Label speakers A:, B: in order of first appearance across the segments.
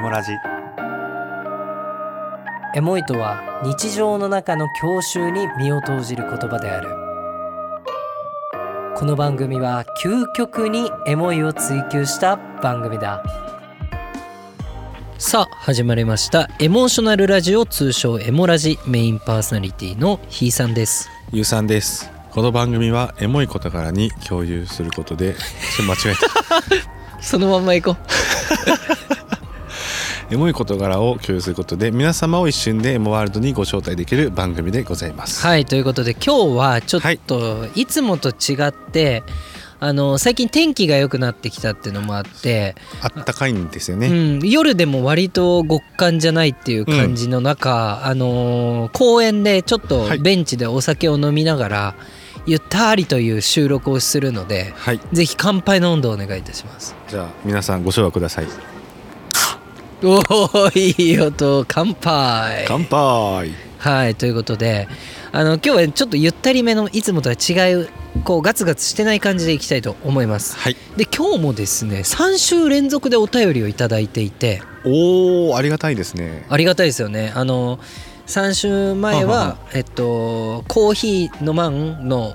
A: モラジ
B: エモいとは日常の中の郷愁に身を投じる言葉であるこの番組は究極にエモいを追求した番組ださあ始まりましたエモーショナルラジオ通称エモラジメインパーソナリティのひーさんです
C: ゆうさんですこの番組はエモい事柄に共有することでちょ間違えた
B: そのまんま行こ
C: エモい事柄を共有することで皆様を一瞬でエモワールドにご招待できる番組でございます
B: はいということで今日はちょっといつもと違って、あの最近天気が良くなってきたっていうのもあって、
C: あったかいんですよ
B: う
C: ね、
B: ん、夜でも割と極寒じゃないっていう感じの中、あのー公園でちょっと
C: はい
B: ベンチでお酒を飲みながら、ゆったりという収録をするので
C: はい
B: ぜひ乾杯の温度をお願いいたします
C: じゃあ皆さんご唱和ください
B: おおいい音乾杯
C: 乾杯
B: はいということであの今日はちょっとゆったりめのいつもとは違うこうガツガツしてない感じでいきたいと思います
C: はい
B: で今日もですね3週連続でお便りをいただいていて
C: おーありがたいですね
B: ありがたいですよねあの3週前
C: はあ
B: は
C: は
B: えっとコーヒーのマンの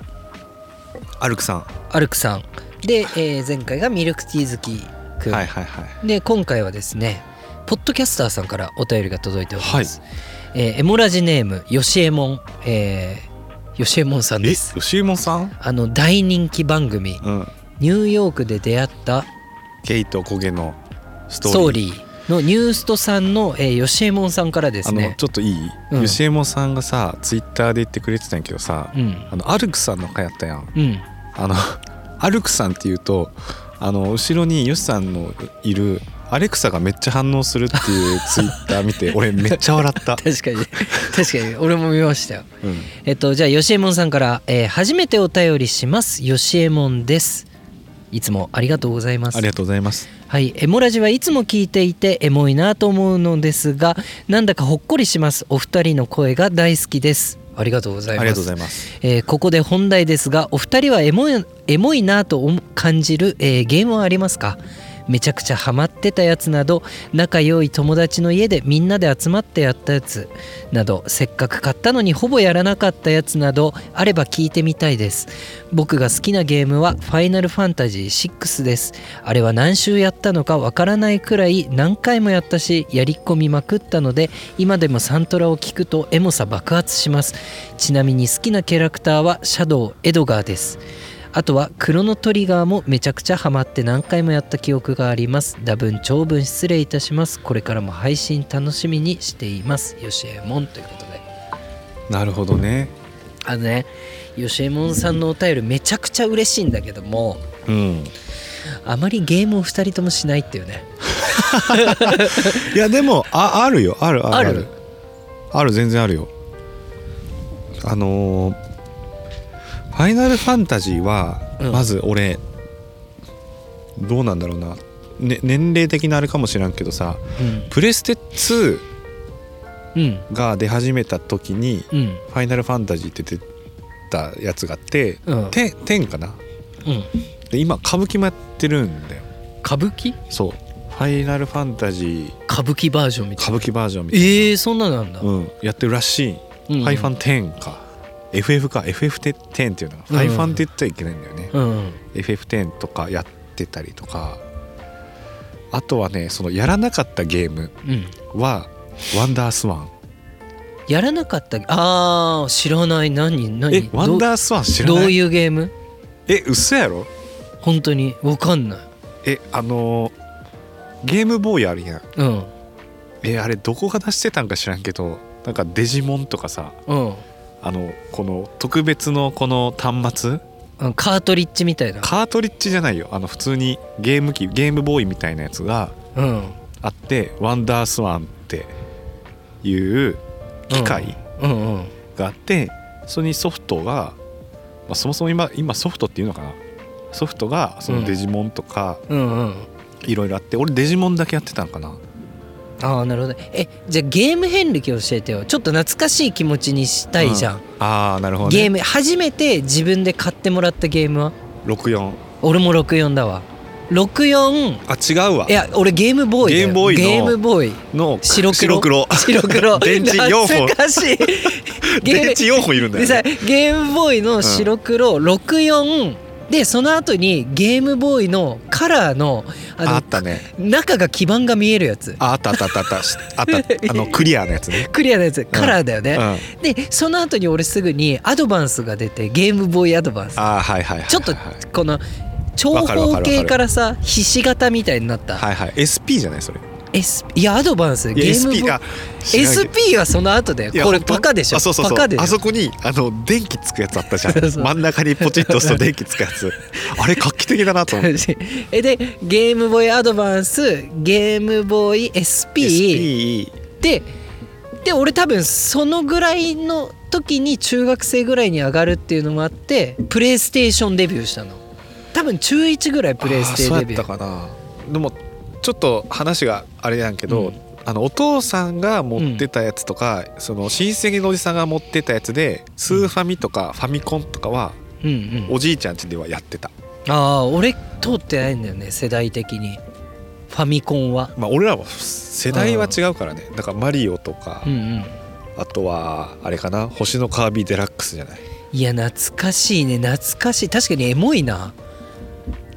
C: アルクさんは
B: アルクさんで、えー前回がミルクティー好きく
C: い
B: ん、
C: はいはい
B: で今回はですねポッドキャスターさんからお便りが届いております、えーエモラジネームよしえもんえーよしえもんさん
C: え
B: です
C: 吉右衛門さん
B: あの大人気番組
C: うん
B: 「ニューヨークで出会った
C: ケイと焦げのスト
B: ストー
C: ーリー
B: リー」のニューストさんの、えー、よしえもんさんからです
C: あの
B: ね
C: ちょっといい、
B: うん
C: 吉右衛門さんがさツイッターで言ってくれてたんやけどさ、
B: うん
C: あのアルクさんの回やったやん
B: うん
C: あの アルクさんっていうとあの後ろにヨシさんのいるアレクサがめっちゃ反応するっていうツイッター見 て俺めっちゃ笑 った、
B: 確かにね確かに俺も見ましたよ
C: うん、
B: えっとじゃあよしえもんさんから、えー初めてお便りしますよしえもんですいつもありがとうございます
C: ありがとうございます
B: はい、エモラジはいつも聞いていてエモいなと思うのですがなんだかほっこりしますお二人の声が大好きですありがとうござ
C: あ
B: い
C: り
B: ます
C: がとうございます
B: えーここで本題ですがお二人はエモいエモいなと思感じる、えーゲームはありますかめちゃくちゃハマってたやつなど仲良い友達の家でみんなで集まってやったやつなどせっかく買ったのにほぼやらなかったやつなどあれば聞いてみたいです僕が好きなゲームは「ファイナルファンタジー6」ですあれは何周やったのかわからないくらい何回もやったしやり込みまくったので今でもサントラを聞くとエモさ爆発しますちなみに好きなキャラクターはシャドウエドガーですあとはクロノトリガーもめちゃくちゃハマって何回もやった記憶があります多分長文失礼いたしますこれからも配信楽しみにしていますよしえもんということで
C: なるほどね
B: あのねよしえもんさんのお便りめちゃくちゃ嬉しいんだけども
C: うん
B: あまりゲームを2人ともしないっていうね
C: いやでもああるよあるある
B: あ
C: あ
B: る
C: るある全然あるよあのーファイナルファンタジーは
B: うん
C: まず俺、どうなんだろうな、ね、年齢的なあれかもしらんけどさ
B: うん
C: プレステ2
B: うん
C: が出始めた時に
B: うん
C: 「ファイナルファンタジー」って出たやつがあって
B: うん
C: て10かな
B: うん
C: で今歌舞伎もやってるんだよ
B: 歌舞伎
C: そう「ファイナルファンタジー
B: 歌舞伎バージョンみたい
C: 歌
B: な
C: 舞伎バージョン」みたいな、
B: えー、そんなのなんだ、
C: うん、やってるらしい、
B: うん
C: ファイファン10か FF か FF10 っていうのが、
B: う
C: フ
B: ん
C: ァイファンって言っちゃいけないんだよね、
B: うん、
C: FF10 とかやってたりとかあとはねそのやらなかったゲーム
B: うん、
C: は「ワンダースワン
B: やらなかったあー知らない何」何
C: えワンダースワン知ら
B: ど
C: な
B: う
C: い
B: どういうゲーム
C: え嘘やろ
B: 本当にわかんない
C: えあのーゲームボーイあるやん
B: うん
C: えあれどこが出してたんか知らんけどなんかデジモンとかさ
B: うん
C: あのこの特別のこの端末
B: あのカートリッジみたいな
C: カートリッジじゃないよあの普通にゲーム機ゲームボーイみたいなやつが
B: うん
C: あって「ワンダースワン」っていう機械
B: うんうん
C: があって、それにソフトが、まあ、そもそも今今ソフトっていうのかなソフトがそのデジモンとか
B: うんうん
C: いろいろあって、俺デジモンだけやってたんかな
B: ああなるほどねえじゃあゲーム遍歴教えてよちょっと懐かしい気持ちにしたいじゃん、
C: ああなるほど、ね、
B: ゲーム初めて自分で買ってもらったゲームは
C: 64
B: 俺も64だわ64
C: あ違うわ
B: いや俺ゲームボーイだよ
C: ゲームボーイのの
B: ゲームボーイ白
C: 白
B: 黒
C: 黒
B: 白黒
C: 電池4本
B: 懐かしい ゲーム
C: 電池4本い るんだ
B: で
C: よ、
B: さ
C: ね、
B: ゲームボーイの白黒64でその後にゲームボーイのカラーのあの
C: あったね
B: 中が基板が見えるやつ
C: ああったあったあったあったしあったあのクリアのやつね、
B: クリアなやつカラーだよ
C: うん、
B: ね、
C: あ
B: でその後に俺すぐにアドバンスが出てゲームボーイアドバンス
C: あーはいはいはいはい
B: ちょっと
C: はい
B: この長
C: わかるわかるわ
B: 方
C: かる
B: 形からさひし形みたいになった、
C: はいはい SP じゃないそれ
B: S いやアドバンス
C: い
B: ゲ
C: や
B: ームボ
C: SP
B: ー
C: あ
B: イ
C: 知らんけど
B: SP はその後だ
C: い
B: よ
C: や
B: これ
C: 本当
B: バカでしょ
C: あそうそうそう
B: バカでしょ
C: あそこにあの電気つくやつあったじゃん
B: そうそう
C: 真ん中にポチッと押すと電気つくやつあれ画期的だな と思って
B: えでゲームボーイアドバンスゲームボーイ SP
C: SP
B: でで俺多分そのぐらいの時に中学生ぐらいに上がるっていうのもあってプレイステーションデビューしたの多分中1ぐらいプレイステ
C: あー
B: デビュ
C: そう
B: ー
C: やったかなでもちょっと話があれなんけど、
B: うん
C: あのお父さんが持ってたやつとか、その親戚のおじさんが持ってたやつでスーファミとかファミコンとかは
B: うんうん
C: おじいちゃん家ではやってた、
B: ああ俺通ってないんだよね世代的にファミコンは
C: まあ俺らは世代は違うからねだからマリオとか、
B: うんうん
C: あとはあれかな星のカービィデラックスじゃない
B: いや懐かしいね懐かしい確かにエモいな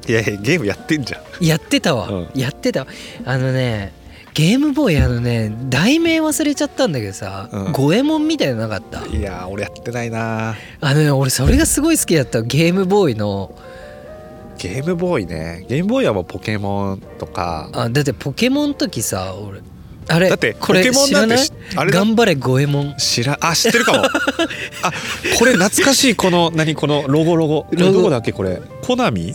B: い
C: やいやゲームやってんじゃん
B: やってたわ、
C: う
B: やってたわあのねゲームボーイあのね題名忘れちゃったんだけどさ、
C: うん
B: 五右衛門みたいなのなかった
C: いやー俺やってないな
B: あのね俺それがすごい好きだったゲームボーイの
C: ゲームボーイねゲームボーイはもうポケモンとか
B: あだってポケモンの時さ俺あれ
C: だって
B: こ
C: ポ
B: れ
C: ケモン
B: 知
C: な
B: ら
C: ん
B: な
C: て
B: い
C: しあれだ
B: 頑張れ五右衛門
C: 知らあ知ってる かもあこれ懐かしいこの何このロゴロゴこれ
B: ロゴ
C: どこだっけこれコナミ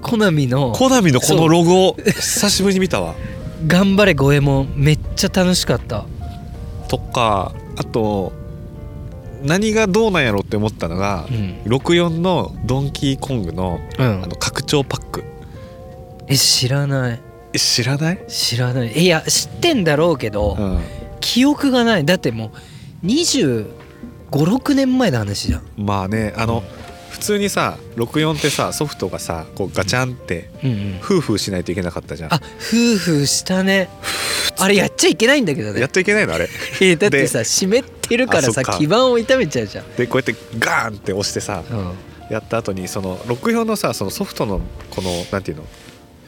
B: コナミの
C: コナミのこ
B: そ
C: の
B: う
C: ロゴを久しぶりに見たわ
B: 「頑張れ五右衛門」めっちゃ楽しかった
C: とかあと何がどうなんやろって思ったのが
B: うん、
C: 64のドンキーコングの
B: う
C: あ
B: ん、
C: の拡張パック
B: え知らない
C: え知らない、
B: 知らないいや知ってんだろうけど、
C: うん、
B: 記憶がないだってもう2526年前の話じゃん
C: まあねあの普通にさ64ってさソフトがさこうガチャンって
B: うんうん
C: フーフーしないといけなかったじゃん
B: あ夫婦したねあれやっちゃいけないんだけど
C: や
B: ね
C: っちゃいけないのあれ
B: えだってさ湿ってるから
C: あそ
B: さ
C: っか
B: 基盤を痛めちゃうじゃん
C: でこうやってガーンって押してさ
B: うん
C: やった後にその64のさそのソフトのこのなんていうの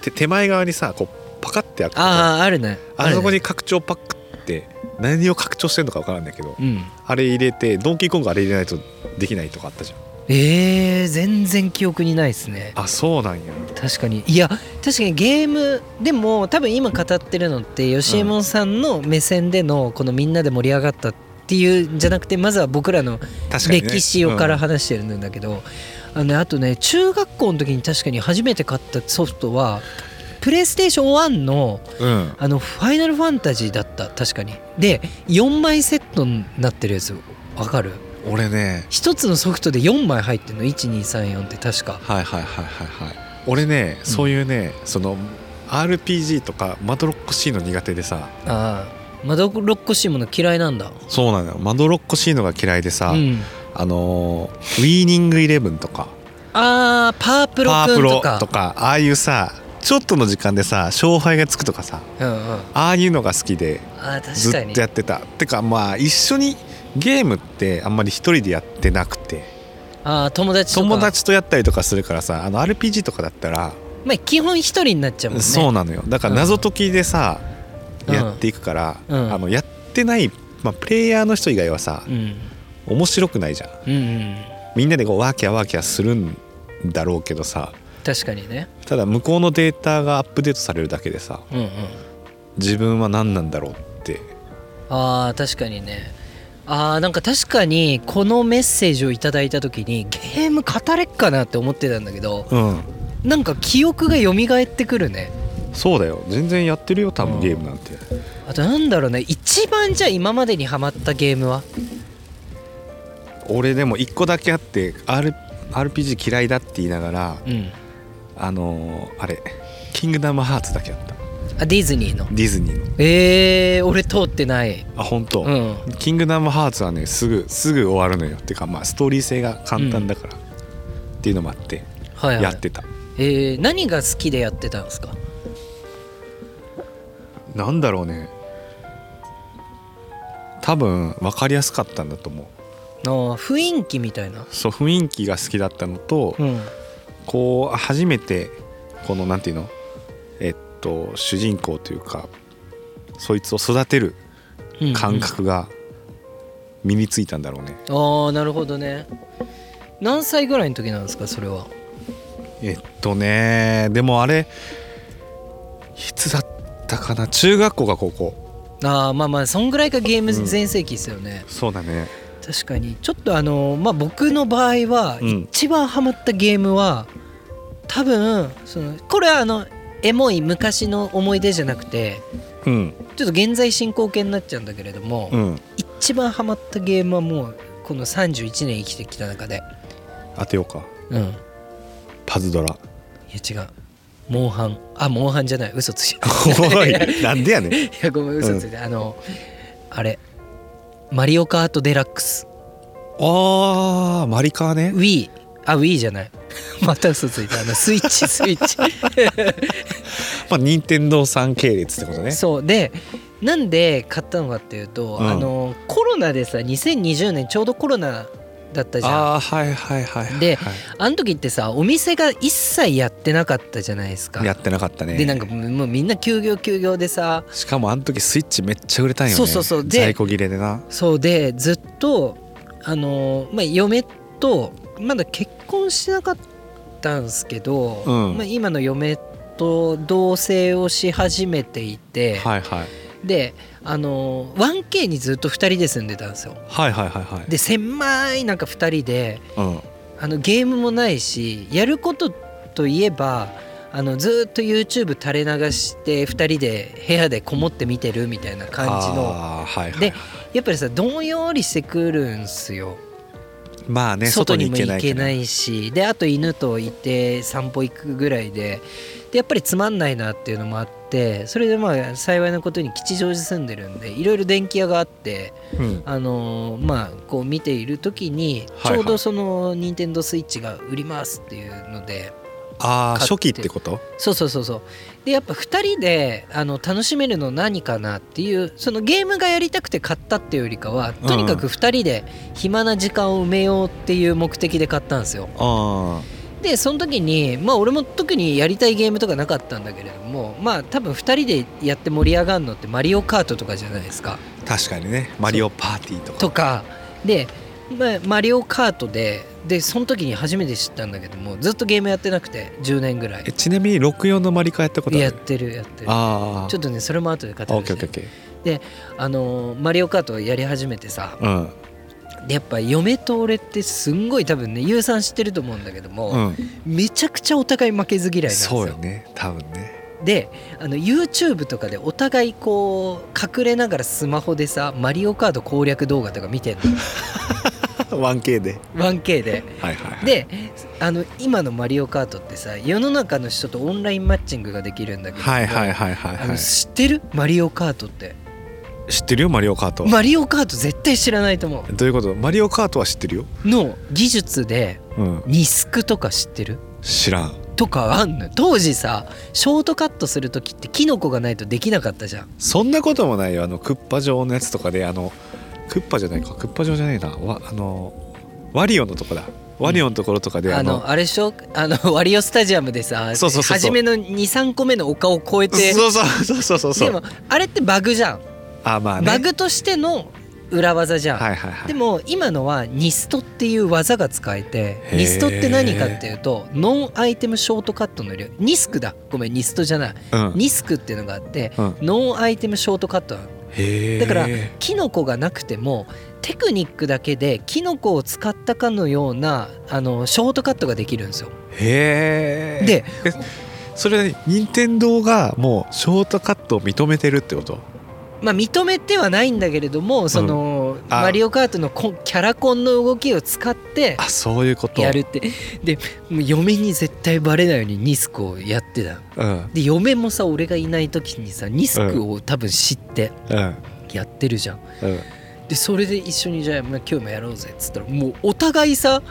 C: 手手前側にさこうパカって開くとこあ
B: あああるねるね
C: そこに拡張パックって何を拡張してるのか分からんだけど
B: うん
C: あれ入れてドンキーコングあれ入れないとできないとかあったじゃん
B: えー、全然記憶にないですね
C: あそうなんや
B: 確かにいや確かにゲームでも多分今語ってるのって吉右衛門さんの目線でのこのみんなで盛り上がったっていうんじゃなくてまずは僕らの
C: 確かに、ね、
B: 歴史をから話してるんだけど、あのねあとね中学校の時に確かに初めて買ったソフトはプレイステーション1の
C: うん、うん
B: あのファイナルファンタジーだった確かにで4枚セットになってるやつわかる
C: 俺ね
B: 一つのソフトで4枚入ってんの1234って確か
C: はいはいはいはいはい俺ねそういうね、その RPG とかまどろっこしいの苦手でさ
B: ああまどろっこしいもの嫌いなんだ
C: そうなのよまどろっこしいのが嫌いでさ、
B: うん、
C: あのーウィーニングイレブンとか
B: あーパープロ
C: パー
B: く
C: プ
B: んと
C: ロ
B: か
C: とかああいうさちょっとの時間でさ勝敗がつくとかさ
B: うんうん、あ
C: ああいうのが好きで
B: あ
C: ず
B: 確か
C: っ
B: に
C: とやってたてかまあ一緒にゲームってあんまり一人でやってなくて
B: ああ友達とか
C: 友達とやったりとかするからさあの RPG とかだったら、
B: まあ基本一人になっちゃうもんね
C: そうなのよだから謎解きでさ、
B: うん
C: やっていくから、
B: うん
C: あのやってない、まあ、プレイヤーの人以外はさ
B: うん
C: 面白くないじゃん
B: うんうん
C: みんなでこうワーキャーワーキャーするんだろうけどさ
B: 確かにね
C: ただ向こうのデータがアップデートされるだけでさ
B: うんうん
C: 自分は何なんだろうって
B: あー確かにねあーなんか確かにこのメッセージをいただいた時にゲーム語れっかなって思ってたんだけど
C: うん
B: なんか記憶が蘇ってくるね
C: そうだよ全然やってるよ多
B: う
C: 分
B: ん
C: ゲームなんて、
B: あとなんだろうね一番じゃあ今までにハマったゲームは
C: 俺でも一個だけあって、R、RPG 嫌いだって言いながら
B: うん
C: あのーあれ「キングダムハーツ」だけあった
B: あディズニーの
C: ディズニーの
B: えー、俺通ってない
C: あ本当、
B: うん
C: キングダムハーツはねすぐすぐ終わるのよっていうかまあストーリー性が簡単だから、っていうのもあって
B: はい、はい、
C: やってた、
B: えー何が好きでやってたんですか
C: なんだろうね多分分かりやすかったんだと思う
B: あー雰囲気みたいな
C: そう雰囲気が好きだったのと、
B: うん
C: こう初めてこのなんていうのえっと主人公というかそいつを育てる
B: うんうん
C: 感覚が身についたんだろうね、
B: ああなるほどね何歳ぐらいの時なんですかそれは
C: えっとねでもあれいつだったかな中学校か高校
B: ああまあまあそんぐらいがゲー
C: う
B: ム
C: ん
B: 全盛期ですよね、
C: そうだね
B: 確かにちょっとあのまあ僕の場合は
C: うん
B: 一番ハマったゲームは多分そのこれはあのエモい昔の思い出じゃなくて
C: うん
B: ちょっと現在進行形になっちゃうんだけれども、
C: うん
B: 一番ハマったゲームはもうこの31年生きてきた中で
C: 当てようか
B: うんいや
C: パズドラ
B: 違うモンハンあモンハンじゃない嘘ついた
C: お
B: いや
C: いなんでやねん
B: いやごめん嘘ついた、あのあれマリオカートデラックス
C: あーマリカーね
B: Wii あ Wii じゃない また嘘ついたあのスイ ッチスイッチ
C: まあ任天堂さん系列ってことね
B: そうでなんで買ったのかっていうと、
C: うん
B: あのコロナでさ2020年ちょうどコロナだったじゃんあ
C: ああはいはいはいはい、はい、
B: での時ってさお店が一切やってなかったじゃないですか
C: やってなかったね
B: でなんかもうみんな休業休業でさ
C: しかもあの時スイッチめっちゃ売れたんよね
B: そうそうそうで
C: 在庫切れでな
B: そうでずっとあのーまあ嫁とまだ結婚してなかったんですけど、
C: うん
B: まあ、今の嫁と同棲をし始めていて、
C: はいはい
B: であのー 1K にずっと2人で住んでたんですよ
C: はいはいはいはい
B: で狭いなんか2人で
C: うん
B: あのゲームもないしやることといえばあのずっと YouTube 垂れ流して2人で部屋でこもって見てるみたいな感じの
C: あーはいはい
B: でやっぱりさどんよりしてくるんすよ、
C: まあね
B: 外
C: 外
B: に
C: に
B: も
C: 行
B: 行
C: け
B: けな
C: ないい
B: しであと犬といて散歩行くぐらいででやっぱりつまんないなっていうのもあってそれでまあ幸いなことに吉祥寺住んでるんでいろいろ電気屋があって
C: うん
B: あのーまあこう見ている時に
C: は
B: ち
C: いはい
B: ょうどその任天堂スイッチが売りますっていうので、
C: ああ
B: 買って
C: 初期ってこと
B: そうそうそうそうでやっぱ2人であの楽しめるの何かなっていうそのゲームがやりたくて買ったっていうよりかはとにかく2人で暇な時間を埋めようっていう目的で買ったんですよ
C: あ
B: でその時にまあ俺も特にやりたいゲームとかなかったんだけれどもまあ多分2人でやって盛り上がるのってマリオカートとかじゃないですか
C: あ確かにねマリオパーティーとか
B: とかで、まあマリオカートででその時に初めて知ったんだけどもずっとゲームやってなくて10年ぐら
C: え
B: い
C: ちなみに64のマリカやったことある
B: やってるやってる
C: ああ
B: ちょっとねそれも後で語
C: オッ
B: る
C: ケーオッケーオ
B: し
C: ッケ
B: あのーマリオカートやり始めてさ
C: ー
B: でやっぱ嫁と俺ってすんごい多分ね優さん知ってると思うんだけど
C: う
B: も、
C: んうん
B: めちゃくちゃお互い負けず嫌いなんです
C: そうよ
B: よ。
C: ね多分ね
B: であの YouTube とかでお互いこう隠れながらスマホでさマリオカート攻略動画とか見てんの
C: 1K で
B: 1K で。
C: はいはいはい
B: であの今の「マリオカート」ってさ世の中の人とオンラインマッチングができるんだけど、
C: はいはいはいはい
B: あ
C: は
B: の
C: い
B: 知ってるマリオカートって
C: 知ってるよマリオカートは
B: マリオカート絶対知らないと思
C: どういうことマリオカートは知ってるよ
B: うの技術で
C: うん
B: ニスクとか知ってる
C: 知らん
B: とかあんのよ当時さショートカットする時ってキノコがないとできなかったじゃん
C: そんなこともないよあのクッパ城のやつとかであのクッパじゃないかクッパ城じゃないなわあのワリオのとこだワリオのところとかで、
B: あ
C: あの
B: のあれでしょあの ワリオスタジアムでさ
C: そうそうそうそう
B: 初めの23個目の丘を越えて
C: そうそうそうそうそう
B: でもあれってバグじゃん、
C: あまあね
B: バグとしての裏技じゃん、
C: はいはいはい
B: でも今のはニストっていう技が使えて
C: へー
B: ニストって何かっていうとノンアイテムショートカットの量ニスクだごめんニストじゃない
C: うん
B: ニスクっていうのがあって
C: うん
B: ノンアイテムショートカットなの
C: へえ
B: だからキノコがなくてもテクニックだけでキノコを使ったかのようなあのショートカットができるんですよ
C: へえ
B: で
C: それはね任天堂がもうショートカットを認めてるってこと
B: まあ認めてはないんだけれどもその
C: あ
B: マリオカートのコンキャラコンの動きを使って
C: あそういうこと
B: やるってでもう嫁に絶対バレないようにニスクをやってた
C: う
B: の
C: ん
B: で嫁もさ俺がいない時にさニスクを多分知って
C: うん
B: やってるじゃん、
C: うん
B: でそれで一緒にじゃあまあ 今日もやろうぜっつったらもうお互いさ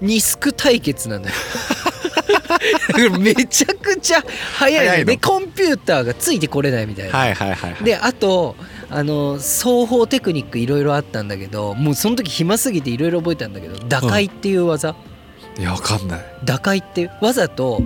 B: ニスク対決なんだよめちゃくちゃ早い,、
C: 早いの
B: でコンピューターがついてこれないみたいな、
C: はいはいはいはい
B: であとあの双方テクニックいろいろあったんだけどもうその時暇すぎていろいろ覚えたんだけど打開っていう技、
C: いやわかんない
B: 打開っていうわざと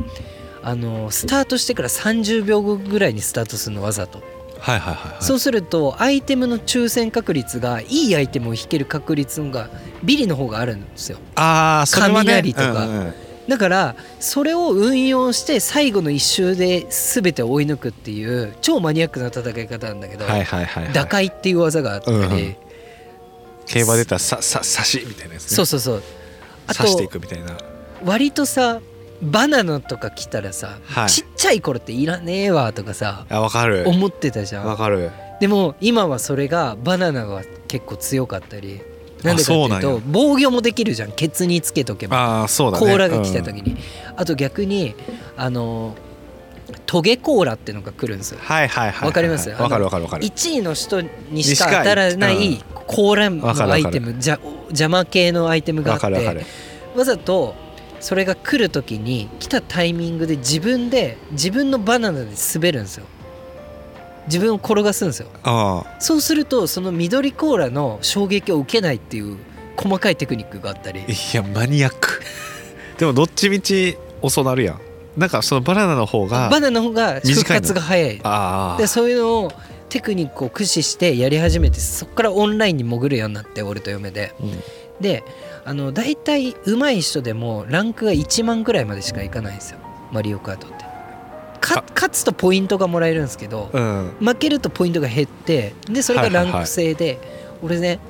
B: あのスタートしてから30秒後ぐらいにスタートするのわざと、
C: はいはいはいはい
B: そうするとアイテムの抽選確率がいいアイテムを引ける確率のがビリの方があるんですよ
C: ああそれはね
B: 雷とか
C: うんうん
B: だからそれを運用して最後の1周で全て追い抜くっていう超マニアックな戦い方なんだけど、
C: はいはいはいはい
B: 打開っていう技があって、
C: うんうん競馬出たらささ刺しみたいなやつね
B: そうそうそうあ
C: 刺してい
B: と
C: くみたいな
B: 割とさバナナとか来たらさ、
C: はい
B: ちっちゃい頃っていらねえわとかさ
C: あわかる
B: 思ってたじゃん
C: わかる
B: でも今はそれがバナナが結構強かったりなんでか
C: あそう
B: ってい
C: な
B: うんと
C: や
B: 防御もできるじゃんケツにつけとけば
C: ああそうだね
B: 甲羅が来た時に、あと逆にあのトゲ甲羅ってのが来るんですよ
C: うんはいはいはいはい
B: わかります
C: わかるわかるわかる
B: 1位の人にし
C: にし
B: か
C: か
B: 当たらな
C: う
B: い
C: ん
B: 甲羅の
C: わかるわかる
B: アイテムじゃ邪魔系のアイテムが
C: わ
B: あって
C: かるわかる
B: わざとそれが来る時に来たタイミングで自分で自分のバナナで滑るんですよ自分を転がすんですよ
C: あ
B: そうするとその緑コーラの衝撃を受けないっていう細かいテクニックがあったり
C: あいやマニアックでもどっちみち遅なるやんなんかそのバナナの方が
B: バナナの方が復活が早い
C: ああ
B: でそういうのをテクニックを駆使してやり始めてそこからオンラインに潜るようになって俺と嫁で
C: うん
B: であの大体上手い人でもランクが1万ぐらいまでしかいかないんですよマリオカートってか勝つとポイントがもらえるんですけど
C: うん
B: 負けるとポイントが減ってでそれがランク制で、俺ね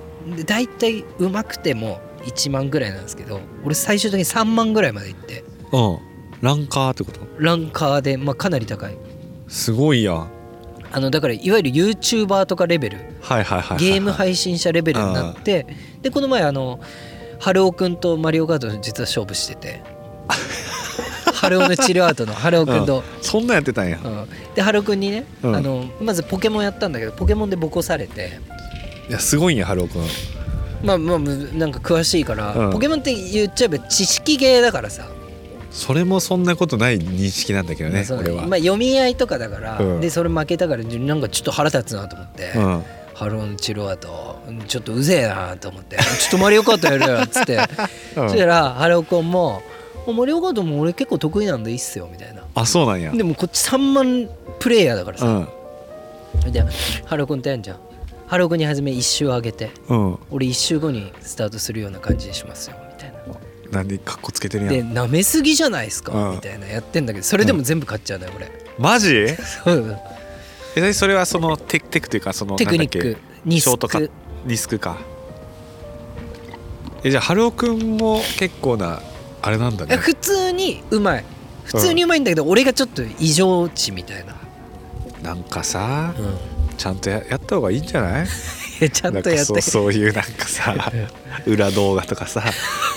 B: 大体うまくても1万ぐらいなんですけど俺最終的に3万ぐらいまでいって
C: うんランカーってこと
B: ランカーで、まあ、かなり高い
C: すごいやんはい
B: あのだからいわゆる YouTuber とかレベル
C: はいはいはい
B: ゲーム配信者レベルになってでこの前あの春尾くんとマリオカート実は勝負し てて春尾の治療アートの春尾くんと、
C: そんなんやってたんや
B: うんで春尾くんにね、
C: うん
B: あのまずポケモンやったんだけどポケモンでボコされて。
C: いやすごいんやハロー君
B: まあまあむなんか詳しいから、
C: うん
B: ポケモンって言っちゃえば知識ゲーだからさ、
C: それもそんなことない認識なんだけど
B: まあ
C: ね
B: そう
C: 俺は
B: まあ、読み合いとかだから、
C: うん
B: でそれ負けたからなんかちょっと腹立つなと思って、
C: うん
B: ハローのチロアとちょっとうぜえなと思って「ちょっとマリオカートやるよ」っつって、 そしたらハロー君も「あマリオカートも俺結構得意なんでいいっすよ」みたいな
C: あそうなんや
B: でもこっち3万プレイヤーだから
C: う
B: さ、
C: ん
B: でハロー君とやんじゃんハロー君に初め1周上げて
C: うん
B: 俺1周後にスタートするような感じにしますよみたいな。
C: なんでかっこつけてるや
B: で
C: ん
B: 舐めすぎじゃないですか、
C: うん
B: みたいなやってんだけどそれでも全部買っちゃうね俺、
C: マジえ
B: そう
C: 何それはそのテクテクというかその
B: テクニッ
C: なんだ
B: ク
C: っけ
B: に
C: ショートカットリスクかえじゃあハロー君も結構なあれなんだね
B: 普通にうまい普通にうまいんだけど、俺がちょっと異常値みたいな、
C: なんかさ
B: うんい
C: ちゃんとややった方がいいんじゃない
B: や ちゃ
C: なんん
B: と
C: か
B: やって
C: そうそういうなんか さ裏動画とかさ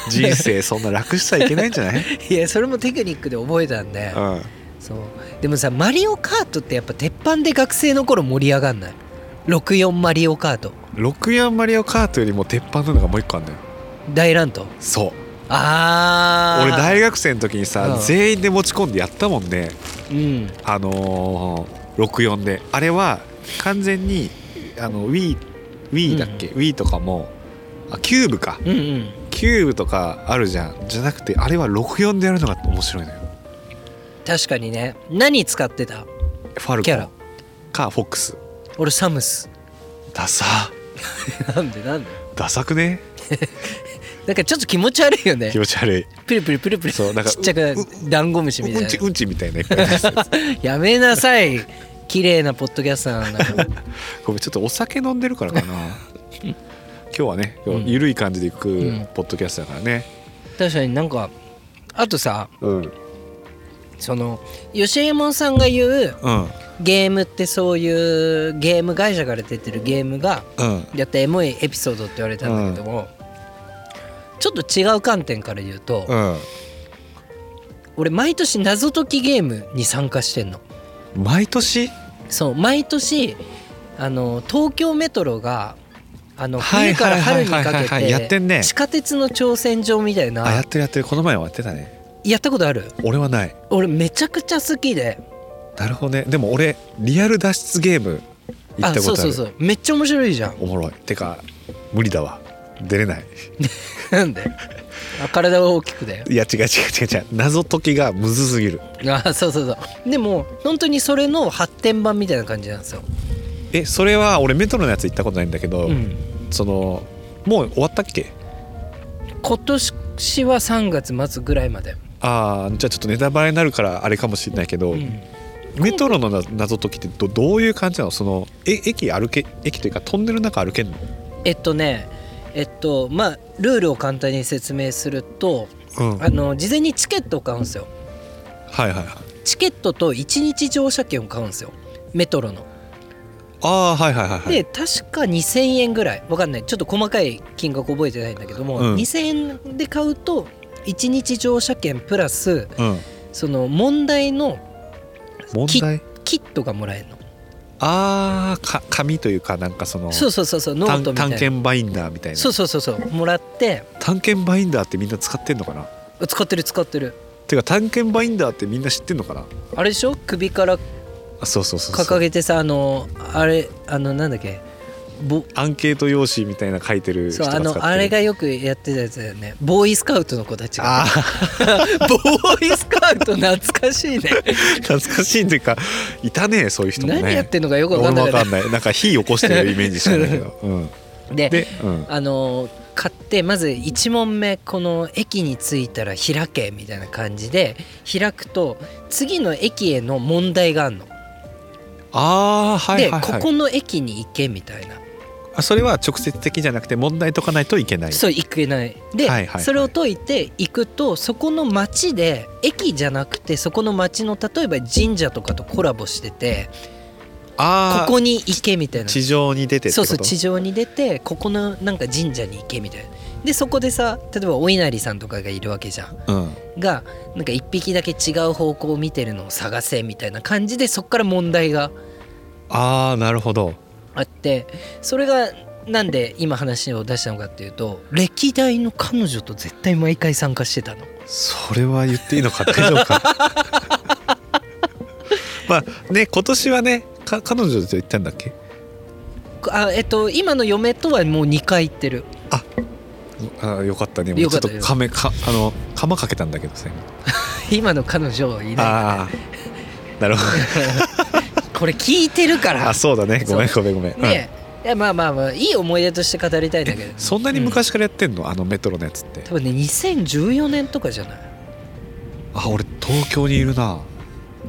C: 人生そんな楽しちゃいけないんじゃない
B: いやそれもテクニックで覚えたんで、
C: うん
B: そうでもさマリオカートってやっぱ鉄板で学生の頃盛り上がんない64マリオカート
C: 64マリオカートよりも鉄板なのがもう一個あんだよ
B: 大乱闘
C: そう
B: あー
C: 俺大学生の時にさ、
B: うん
C: 全員で持ち込んでやったもんね
B: うん
C: あのー、64であれは完全にあの Wii, Wii だっけ、Wii とかもあキューブか
B: うんうん
C: キューブとかあるじゃんじゃなくてあれは64でやるのが面白いのよ
B: 確かにね何使ってた
C: ファル
B: キ
C: コ
B: ャラ
C: ンかフォックス
B: 俺サムス
C: ダサ
B: なんでなんで
C: ダサくね
B: なんかちょっと気持ち悪いよね
C: 気。持ち悪い
B: プルプルプルプル。
C: そうなんか
B: ちっちゃくダンゴムシ
C: う
B: みたい
C: ん
B: な
C: ち。うんちみた いないっぱい出してる
B: やめなさい。綺麗なポッドキャスターなんだから。
C: ごめんちょっとお酒飲んでるからかな 今日はね今日ゆるい感じでいく
B: うん
C: ポッドキャストだからね
B: 確かになんかあとさ
C: うん
B: その吉右衛門さんが言う
C: うん
B: ゲームってそういうゲーム会社から出てるゲームが
C: うん
B: やったエモいエピソードって言われたんだけども、ちょっと違う観点から言うと、
C: うん
B: 俺毎年謎解きゲームに参加してんの。
C: 毎年
B: そう毎年あの東京メトロがあの
C: はい
B: 冬から春にか
C: はいはいはいはいや
B: け
C: って
B: て
C: んね
B: 地下鉄の挑戦状みたい
C: あや
B: な
C: ってるやってるこの前はやってたね
B: やったことある
C: 俺はない
B: 俺めちゃくちゃ好きで
C: なるほどねでも俺リアル脱出ゲーム行ったことある
B: そうそうそうめっちゃ面白いじゃん
C: おもろいてか無理だわ出れない
B: なんであ体が大きくだよ
C: いや違う違う違う違う謎解きがむずすぎる
B: あそうそうそうでも本当にそれの発展版みたいな感じなんですよ、
C: えそれは俺メトロのやつ行ったことないんだけど、
B: うん、
C: そのもう終わったっけ
B: 今年は3月末ぐらいまで、
C: ああじゃあちょっとネタバレになるからあれかもしれないけど、
B: うん
C: メトロのな謎解きってどどういう感じなのそのえ駅歩け駅というかトンネルの中歩けんの
B: えっとねえっとまあルールを簡単に説明すると
C: うんは
B: あ
C: い
B: の事前にチケットを買うんですよ
C: はいはい
B: チケットと1日乗車券を買うんですよメトロの
C: ああーはいはいはいはい
B: で確か2,000円ぐらいわかんないちょっと細かい金額覚えてないんだけども、
C: うん
B: 2,000円で買うと1日乗車券プラス
C: うん
B: その問題の
C: 問題
B: キットがもらえるの
C: ああか紙というかなんかその
B: そうそうそうそうノー
C: 探
B: トみたい
C: 探
B: な
C: 検バインダーみたいな
B: そうそうそうそうもらって
C: 探検バインダーってみんな使ってんのかな
B: 使ってる使ってる
C: てか探検バインダーってみんな知ってんのかな
B: あれでしょ首から
C: あそうそうそうそう
B: 掲げてさあのあれあのなんだっけぼ
C: アンケート用紙みたいな書いてる人
B: そう
C: が使
B: あ
C: ってる
B: のあれがよくやってたやつだよねボーイスカウトの子たち が
C: あ
B: ボーイスカウト懐かしいね
C: ー懐かしいっていうかいたねそういう人もね
B: 何やってんのかよくわか
C: 俺
B: んな
C: も
B: い
C: 分
B: よ
C: か
B: ね
C: んないなんか火起こしてるイメージしかないけ ど、うん、
B: で
C: で、うん、
B: あの買ってまず1問目この駅に着いたら開けみたいな感じで開くと次の駅への問題があるの。
C: ああーはい
B: で
C: はい、
B: こ
C: はい、
B: この駅に行けみたいな
C: あそれは直接的じゃなくて問題解かないといけない
B: そう行けないで、
C: はいはいはい
B: それを解いて行くとそこの町で駅じゃなくてそこの町の例えば神社とかとコラボしてて
C: あ
B: こ
C: あ
B: こに行けみたいな
C: 地上に出てって
B: そ
C: こ
B: う
C: と
B: そう地上に出てここのなんか神社に行けみたいなでそこでさ例えばお稲荷さんとかがいるわけじゃん
C: うん、
B: がなんか一匹だけ違う方向を見てるのを探せみたいな感じでそこから問題が
C: ああなるほど
B: あってそれがなんで今話を出したのかっていうと歴代の彼女と絶対毎回参加してたの。
C: それは言っていいのか大丈夫 かまあね今年はねか彼女と行ったんだっけ
B: あえっと今の嫁とはもう2回行ってる
C: あよかったねもう
B: よ
C: ち
B: か
C: ょ
B: っ
C: ったとカメかあの釜かけたんだけどさ
B: 今の彼女はいない
C: ああなるほ
B: これ聞いてるか
C: どあ
B: ら
C: そうだねごめんごめんごめん、うん
B: ねえいやまあまあまあいい思い出として語りたいんだけど
C: そんなに昔からやってんの、あのメトロのやつって
B: 多分ね2014年とかじゃない
C: あ俺東京にいるな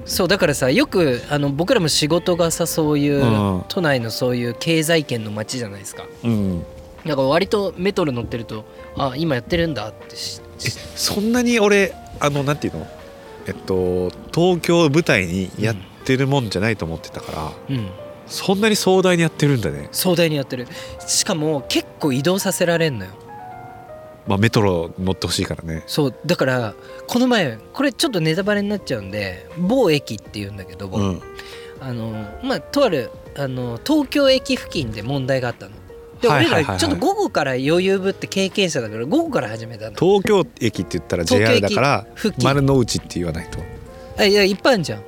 B: そうだからさよくあの僕らも仕事がさそうい
C: う
B: う、
C: ん
B: 都内のそういう経済圏の街じゃないですか
C: うん
B: だから割とメトロ乗ってるとあ今やってるんだってし
C: えそんなに俺あのなんていうのえっと東京を舞台にやってるもんじゃないと思ってたから、
B: うん
C: そんなに壮大にやってるんだね
B: 壮大にやってるしかも結構移動させられんのよ
C: まあメトロ乗ってほしいからね
B: そうだからこの前これちょっとネタバレになっちゃうんで某駅っていうんだけど、
C: うん
B: あのまあとあるあの東京駅付近で問題があったの。で
C: はい
B: 俺
C: はいはいは
B: ら
C: い
B: ちょっと午後から余裕ぶって経験者だから午後から始めたの。
C: 東京駅って言ったら
B: 東京
C: JR だ
B: 駅
C: から
B: 付近
C: 丸の内って言わないと
B: あいやいっぱいあるじゃん。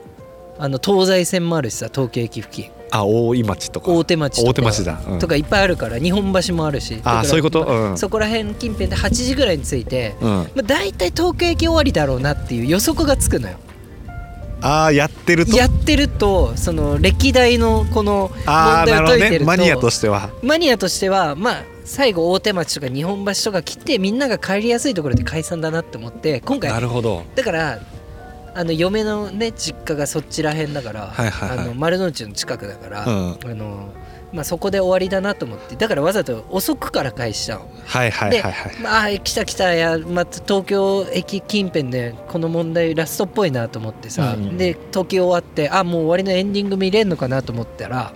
B: あの東西線もあるしさ東京駅付近
C: あ大井町とか
B: 大手町とか
C: 大手町だ、うん
B: とかいっぱいあるから日本橋もあるしだから
C: あそういうことうん
B: そこら辺近辺で8時ぐらいに着いて、
C: うん
B: まあ、大体東京駅終わりだろうなっていう予測がつくのよ。
C: ああやってると
B: やってるとその歴代のこの問
C: ああな
B: 題
C: る
B: を
C: ほど
B: 解いて
C: ね
B: ると
C: マニアとしては
B: マニアとしてはまあ最後大手町とか日本橋とか来てみんなが帰りやすいところで解散だなって思って今回
C: なるほど
B: だからあの嫁のね実家がそっちらへんだから、
C: はいはいはい
B: あの丸の内の近くだから、
C: うん
B: あのまあ、そこで終わりだなと思ってだからわざと遅くから返しちゃうの。
C: はいはい
B: で、
C: はいはい
B: まあ来た来たいやまた東京駅近辺でこの問題ラストっぽいなと思ってさ、
C: うんうん
B: で解き終わってあもう終わりのエンディング見れるのかなと思ったら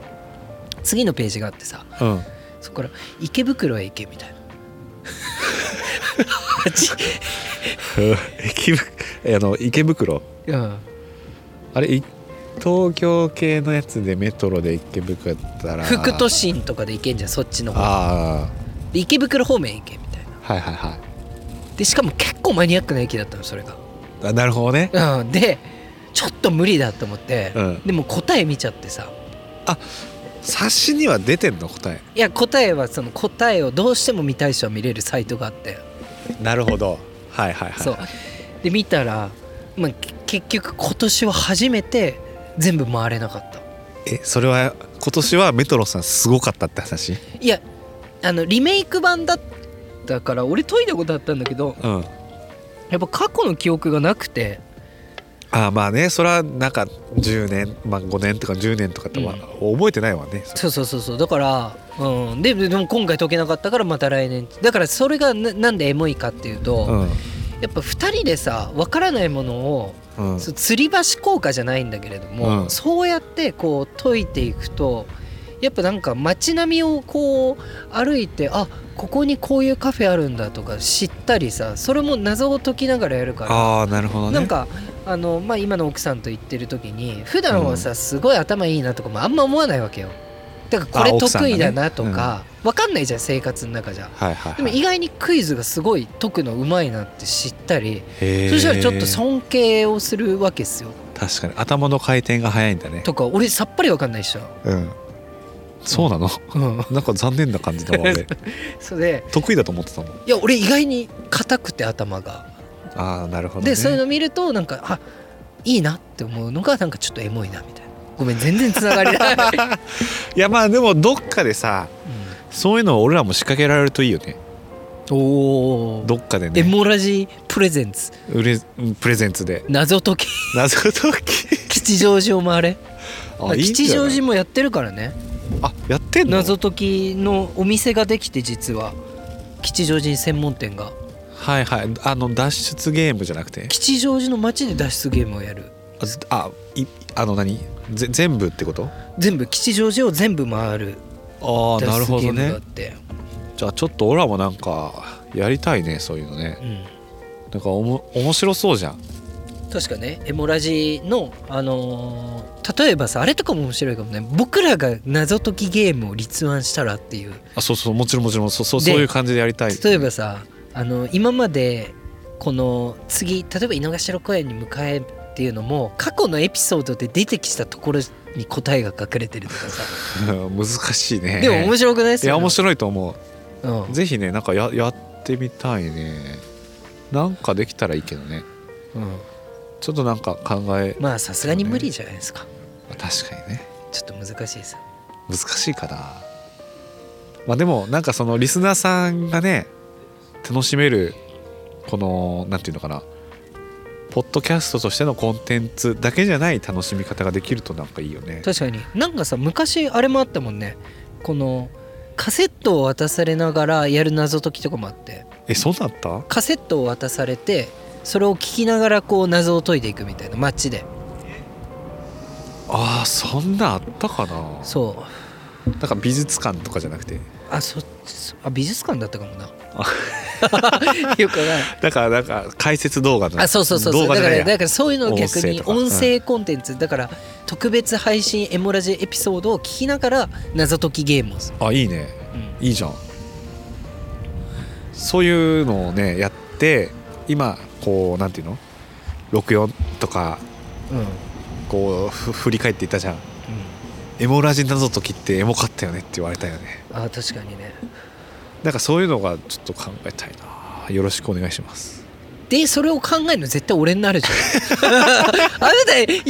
B: 次のページがあってさ
C: うん
B: そこから池袋へ行けみたいな。 八
C: 駅ぶえあの池袋
B: うん、
C: あれい東京系のやつでメトロで池袋だったら
B: 副都心とかで行けんじゃんそっちの方
C: あ
B: で池袋方面行けみたいな
C: あはいはいはい
B: でしかも結構マニアックな駅だったのそれが
C: あなるほどね
B: うん、でちょっと無理だと思って、
C: うん
B: でも答え見ちゃってさ
C: 冊子には出てんの答え
B: いや答えはその答えをどうしても見たい人は見れるサイトがあって
C: なるほどはいはいはい
B: そうで見たら、まあ、け結局今年は初めて全部回れなかった
C: えそれは今年はメトロさんすごかったって話
B: いやあのリメイク版だったから俺解いたことあったんだけど
C: うん
B: やっぱ過去の記憶がなくて
C: あまあねそれはなんか10年、まあ、5年とか10年とかって、まあ覚えてないわね
B: そうそうそうそうだから、うん、ででも今回解けなかったからまた来年だからそれがななんでエモいかっていうと、
C: うん
B: やっぱ2人でさ分からないものを
C: うん
B: そう吊り橋効果じゃないんだけれども、
C: うん
B: そうやってこう解いていくとやっぱなんか街並みをこう歩いてあここにこういうカフェあるんだとか知ったりさそれも謎を解きながらやるから。
C: ああなるほどね
B: なんかあの、まあ、今の奥さんと言ってる時に普段はさすごい頭いいなとかもあんま思わないわけよだから
C: あ
B: これ
C: 奥さんが
B: 得
C: ね
B: 意だなとか、わかんないじゃん生活の中じゃ
C: はいはい、
B: でも意外にクイズがすごい解くのうまいなって知ったり
C: へー
B: そしたらちょっと尊敬をするわけですよ。
C: 確かに頭の回転が早いんだね
B: とか俺さっぱりわかんないっ しょ。
C: うんそうなの、
B: うん、
C: なんか残念な感じだわ 俺
B: それで
C: 得意だと思ってたもん
B: いや俺意外に硬くて頭が。
C: ああなるほど、ね、
B: でそういうの見るとなんかあいいなって思うのがなんかちょっとエモいなみたいな。ごめん全然つながり ない。
C: いやまあでもどっかでさそういうのを俺らも仕掛けられるといいよね
B: うん、おお。
C: どっかで
B: エ
C: ね
B: モラジプレゼンツ
C: うれプレゼンツで
B: 謎解き
C: 謎解き
B: 吉祥寺を回れ
C: あいいんじ
B: 吉
C: ゃない
B: 祥寺もやってるからね
C: あやってんの
B: 謎解きのお店ができて実は吉祥寺に専門店が
C: はいはいあの脱出ゲームじゃなくて
B: 吉祥寺の街で脱出ゲームをやる
C: あいあの何ぜ全部ってこと
B: 全部吉祥寺を全部回る
C: あ
B: 脱出ゲームがあって、
C: じゃあちょっと俺らもなんかやりたいねそういうのねなんかおも面白そうじゃん
B: うん、確かねエモラジの、あのー例えばさあれとかも面白いかもね僕らが謎解きゲームを立案したらっていう
C: あそうそうもちろんもちろんそうそう
B: で
C: そういう感じでやりたい
B: 例えばさあの今までこの次例えば井の頭公園に迎えっていうのも過去のエピソードで出てきたところに答えが隠れてるとかさ
C: 難しいね
B: でも面白くないです
C: いや面
B: い、
C: 白いと思
B: うん
C: うぜひねなんかややってみたいねなんかできたらいいけどね
B: うん、
C: ちょっとなんか考え
B: まあさすがに無理じゃないですか
C: 確かにね
B: ちょっと難しいです
C: 難しいかなまあでもなんかそのリスナーさんがね楽しめるこのなんていうのかなポッドキャストとしてのコンテンツだけじゃない楽しみ方ができるとなんかいいよね
B: 確かになんかさ昔あれもあったもんねこのカセットを渡されながらやる謎解きとかもあって
C: えそうだった
B: カセットを渡されてそれを聞きながらこう謎を解いていくみたいな街で
C: あーそんなあったかな
B: そう
C: なんか美術館とかじゃなくて
B: あそそあ美術館だったかもな よくない
C: だからなんか解説動画の
B: あそうそうそうそ
C: 動
B: う
C: 画
B: だ
C: じ
B: か
C: ゃない
B: ら
C: や
B: だからそういうのを逆に
C: 音声とかうん
B: 音声コンテンツだから特別配信エモラジエピソードを聞きながら謎解きゲームをする、
C: あいいね
B: うん
C: いいじゃんそういうのをねやって今こうなんていうの64とか
B: うんうん
C: こうふ振り返っていたじゃんエモラジ謎解きってエモかったよねって言われたよね
B: あ確かにね
C: なんかそういうのがちょっと考えたいなよろしくお願いします
B: でそれを考えるの絶対俺になるじ ゃんあなた言うい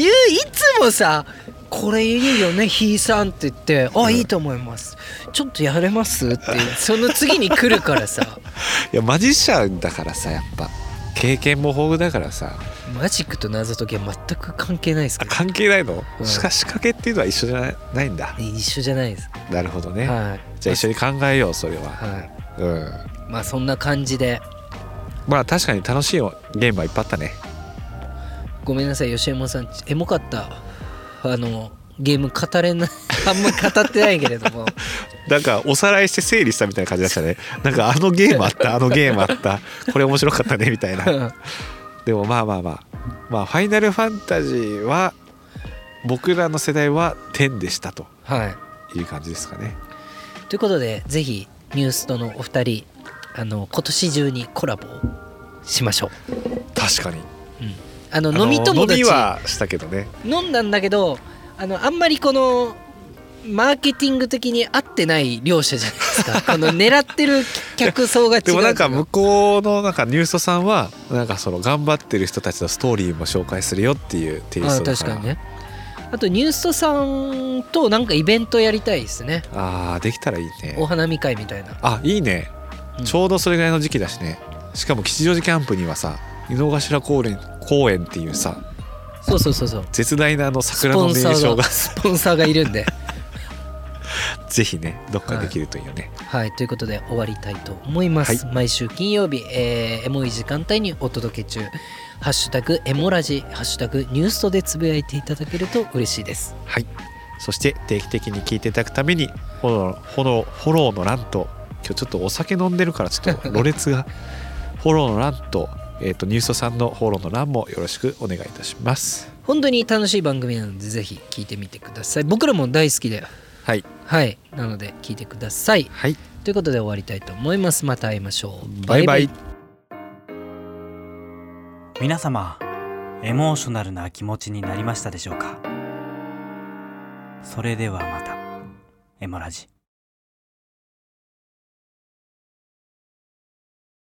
B: つもさ「これいいよねひいさん」って言って「あいいと思います」ちょっとやれます?」ってその次に来るからさ
C: いやマジシャンだからさやっぱ経験も豊富だからさ
B: マジックと謎解きは全く関係ないです
C: あ
B: から
C: 関係ないの、
B: うん
C: しか仕掛けっていうのは一緒じゃないないんだ
B: 一緒じゃないです
C: なるほどね、
B: はい
C: じゃあ一緒に考えようそれは、
B: はい
C: うん
B: まあそんな感じで
C: まあ確かに楽しいゲームはいっぱいあったね
B: ごめんなさい吉右衛門さんエモかったあのゲーム語れない あんま語ってないけ れども
C: なんかおさらいして整理したみたいな感じでしたねなんかあのゲームあったあのゲームあったこれ面白かったねみたいなでもまあまあまあまあファイナルファンタジーは僕らの世代は10でしたと
B: はい
C: いう感じですかね
B: ということでぜひニュースとのお二人あの今年中にコラボをしましょう、
C: 確かに
B: うんあの
C: あの
B: 飲み友達
C: 飲みはしたけどね
B: 飲んだんだけどあのあんまりこのマーケティング的に合ってない両者じゃないで すかこの狙ってる客層が違う
C: でもなんか
B: と
C: 向こうのなんかニューストさんはなんかその頑張ってる人たちのストーリーも紹介するよっていうテイ
B: あ
C: ストだ
B: 確
C: から
B: かにねあとニューストさんとなんかイベントやりたいですね
C: あーできたらいい
B: お
C: ね
B: 花見会みたいな
C: あいいね、
B: うん
C: ちょうどそれぐらいの時期だしねしかも吉祥寺キャンプにはさ井の頭公園公園っていうさ
B: そうそうそうそう
C: 絶大なあの
B: ス
C: 桜
B: ポ
C: の
B: ン
C: 名
B: サ
C: 所
B: ー
C: が
B: がスポンサーがいるんで
C: ぜひねどっかできるといいよね、
B: はいということで終わりたいと思います、毎週金曜日、えーエモい時間帯にお届け中「ハッシュタグエモラジ」「ハッシュタグニュースト」でつぶやいていただけると嬉しいです
C: はいそして定期的に聞いていただくためにフォローフォローフォローの欄と今日ちょっとお酒飲んでるからちょっとろれつ がフォローの欄と,、えー、とニュースさんのフォローの欄もよろしくお願いいたします
B: 本当に楽しい番組なのでぜひ聞いてみてください僕らも大好きで
C: はい
B: はいなので聞いてください
C: はい
B: ということで終わりたいと思いますまた会いましょう
C: バイバイ
A: 皆様エモーショナルな気持ちになりましたでしょうかそれではまたエモラジ